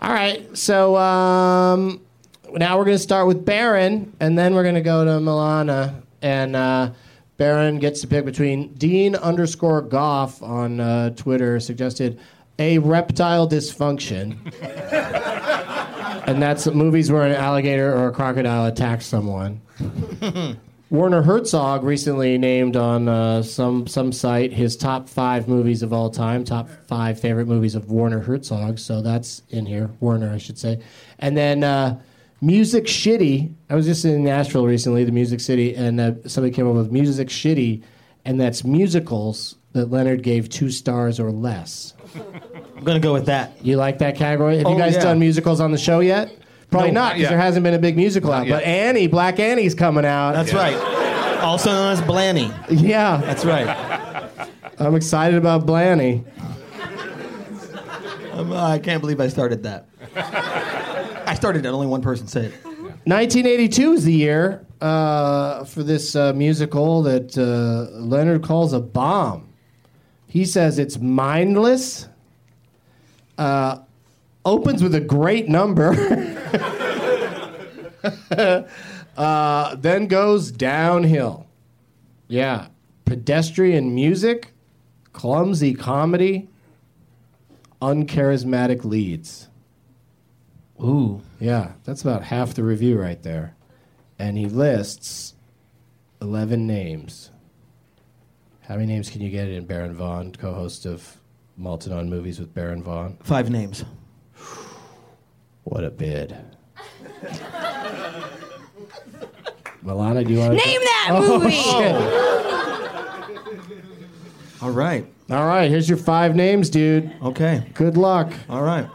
All right, so um, now we're going to start with Baron, and then we're going to go to Milana. And uh, Baron gets to pick between Dean underscore Goff on uh, Twitter suggested a reptile dysfunction. *laughs* and that's movies where an alligator or a crocodile attacks someone. Werner Herzog recently named on uh, some some site his top five movies of all time, top five favorite movies of Werner Herzog. So that's in here, Werner, I should say. And then uh, Music Shitty. I was just in Nashville recently, the Music City, and uh, somebody came up with Music Shitty, and that's musicals that Leonard gave two stars or less.
I'm going to go with that.
You like that category? Have
Oh,
you guys
yeah.
done musicals on the show yet? Probably
No,
not,
not
because
yet.
there hasn't been a big musical out.
yet.
But Annie, Black Annie's coming out.
That's right. Also known as Blanny.
yeah.
That's right.
I'm excited about Blanny.
Um, I can't believe I started that. I started it. Only one person said it.
1982 is the year uh, for this uh, musical that uh, Leonard calls a bomb. He says it's mindless. Uh, opens with a great number. *laughs* uh, then goes downhill. Yeah. Pedestrian music, clumsy comedy, uncharismatic leads.
Ooh.
Yeah, that's about half the review right there. And he lists 11 names. How many names can you get in Baron Vaughn, co host of Malton on Movies with Baron Vaughn?
Five names.
What a bid. Milana, do you want to
Name that
Oh,
movie.
All right.
All right, here's your five names, dude.
Okay.
Good luck.
All right.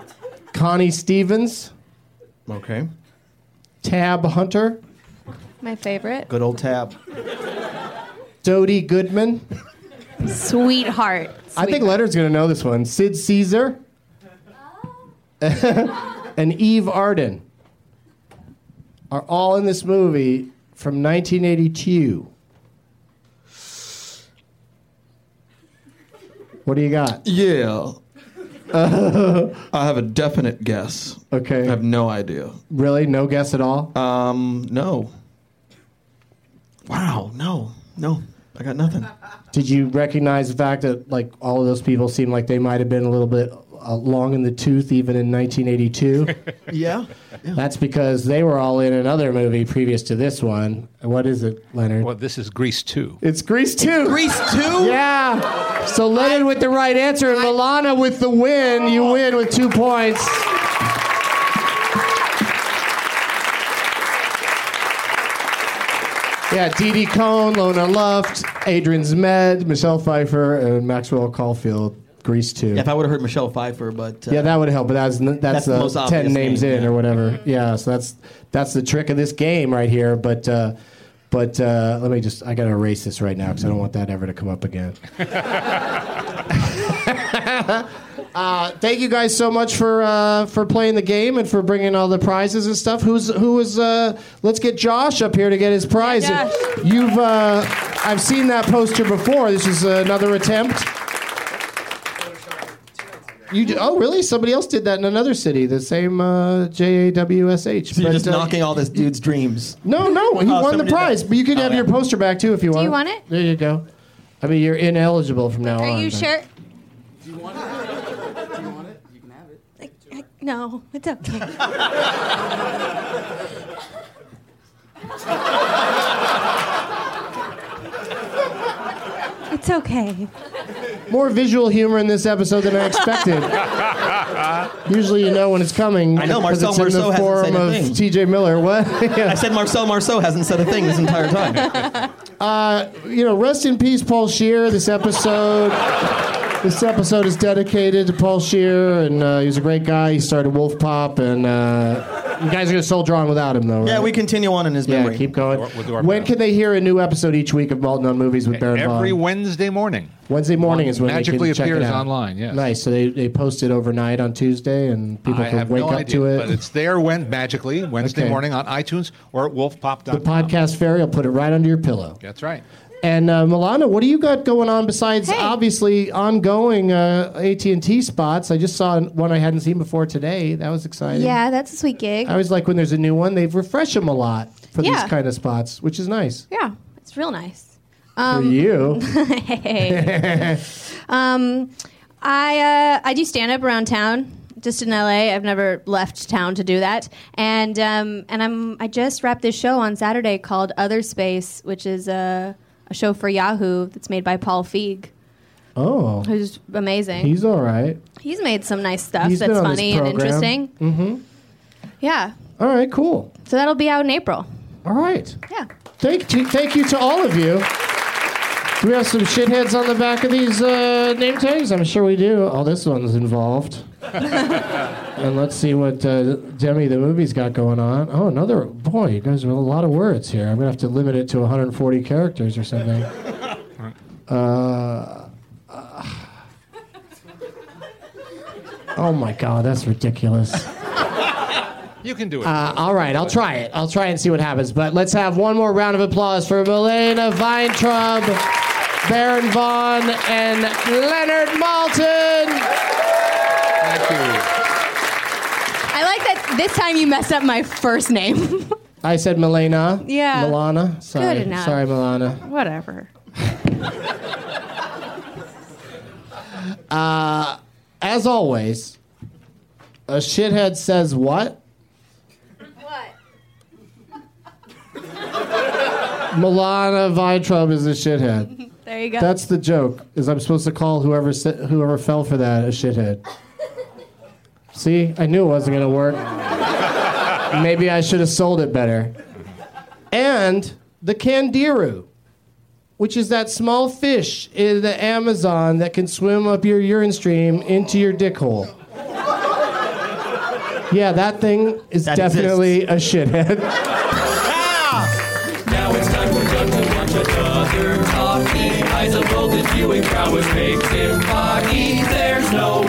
Connie Stevens,
Okay.
Tab Hunter,
My favorite.
Good old tab.
Dodie Goodman.
Sweetheart.
I think Leonard's going to know this one. Sid Caesar. and Eve Arden are all in this movie from 1982. What do you got?
Yeah. Uh, I have a definite guess. I
Okay.
have no idea.
Really? No guess at all?
Um, no. Wow, no, no. I got nothing.
Did you recognize the fact that like all of those people seem like they might have been a little bit uh, long in the tooth even in 1982?
Yeah. yeah.
That's because they were all in another movie previous to this one. What is it, Leonard?
Well, this is Grease 2.
It's Grease 2.
Grease
*laughs*
two.
Yeah. So Leonard with the right answer and Milana with the win. You win with two points. Yeah, Dee Dee Cohn, Lona Luft, Adrian Zmed, Michelle Pfeiffer, and Maxwell Caulfield. Grease 2.
If I would have heard Michelle Pfeiffer, but uh,
Yeah, that would help. But that's that's,
That's the
uh,
most obvious
ten names
name,
in
yeah.
or whatever. Yeah, so that's that's the trick of this game right here. But uh, but uh, let me just I gotta erase this right now because I don't want that ever to come up again. *laughs* uh, thank you guys so much for uh, for playing the game and for bringing all the prizes and stuff. Who's who is? Uh, let's get Josh up here to get his prize.
Josh.
You've uh, I've seen that poster before. This is another attempt. You do, oh really? Somebody else did that in another city. The same uh, J A W S H.
so you're just
uh,
knocking all this dude's dreams.
No, no, he
Oh,
won the
somebody
prize.
did.
But you could
Oh,
have
yeah.
your poster back too if you want.
you want it?
There you go. I mean, you're ineligible from now on.
Are you
but-
sure? Do you want it? Do you want it? You can have *laughs* it. no, it's okay. it's okay.
More visual humor in this episode than I
*laughs*
expected. Usually, you know when it's coming.
I know,
because
Marcel
it's in
Marceau
the
hasn't
form
said a
of
thing.
T.J. Miller. What? Yeah.
*laughs* I said Marcel Marceau hasn't said a thing this entire time.
you know, rest in peace, Paul Shear. This episode, this episode is dedicated to Paul Shear, and uh, he was a great guy. He started Wolf Pop, and uh, you guys are gonna soul drawing without him, though. Right?
yeah, we continue on in his
Yeah,
memory.
keep going.
Or- with our-
when can they hear a new episode each week of Malton on Movies with Baron
Every
Vaughn?
Wednesday morning.
Wednesday morning is when
magically
they can check
appears
it out.
online, yes.
nice. So they, they post it overnight on Tuesday, and people
I
can
have
wake
no
up
idea,
to it.
but it's there when magically Wednesday
Okay.
morning on iTunes or at wolfpop.com.
the podcast fairy. I'll put it right under your pillow.
That's right.
And uh, Milana, what do you got going on besides
Hey.
obviously ongoing uh, AT and T spots? I just saw one I hadn't seen before today. That was exciting.
Yeah, that's a sweet gig.
I always like when there's a new one. They refresh them a lot for
Yeah.
these kind of spots, which is nice
Yeah, it's real nice. Um,
for
*laughs*
you.
Hey. um, I uh, I do stand up around town, just in LA. I've never left town to do that, and um, and I'm I just wrapped this show on Saturday called Other Space, which is a, a show for Yahoo that's made by Paul Feig,
oh,
who's amazing. He's,
he's all right.
made some nice stuff
He's
that's
been on this
funny and
program.
interesting. Mm-hmm. Yeah,
All right, cool.
so that'll be out in April.
All right.
Yeah.
Thank you, thank you to all of you. Do we have some shitheads on the back of these uh, name tags? I'm sure we do. Oh, this one's involved. and let's see what uh, Demi the movie's got going on. Oh, another boy. You guys have a lot of words here. I'm gonna have to limit it to 140 characters or something. Uh, uh, *sighs* oh my God, that's ridiculous.
You can do it.
Uh, all right, I'll try it. I'll try and see what happens. But let's have one more round of applause for Milena Weintraub, Baron Vaughn, and Leonard Malton.
Thank you.
I like that this time you messed up my first name. *laughs*
I said Milena.
Yeah.
Milana. Sorry.
Good enough.
Sorry, Milana.
Whatever.
As always, a shithead says what?
What?
Milana Weintraub is a shithead.
There you go.
That's the joke. Is I'm supposed to call whoever sa- whoever fell for that a shithead. See, I knew it wasn't gonna work. Maybe I should have sold it better. And the candiru, which is that small fish in the Amazon that can swim up your urine stream into your dick hole. Yeah, that thing is
That
definitely a shithead.
Now it's time for Doug to watch another talkie. Eyes of bold and viewing crowd with fakes in body. There's no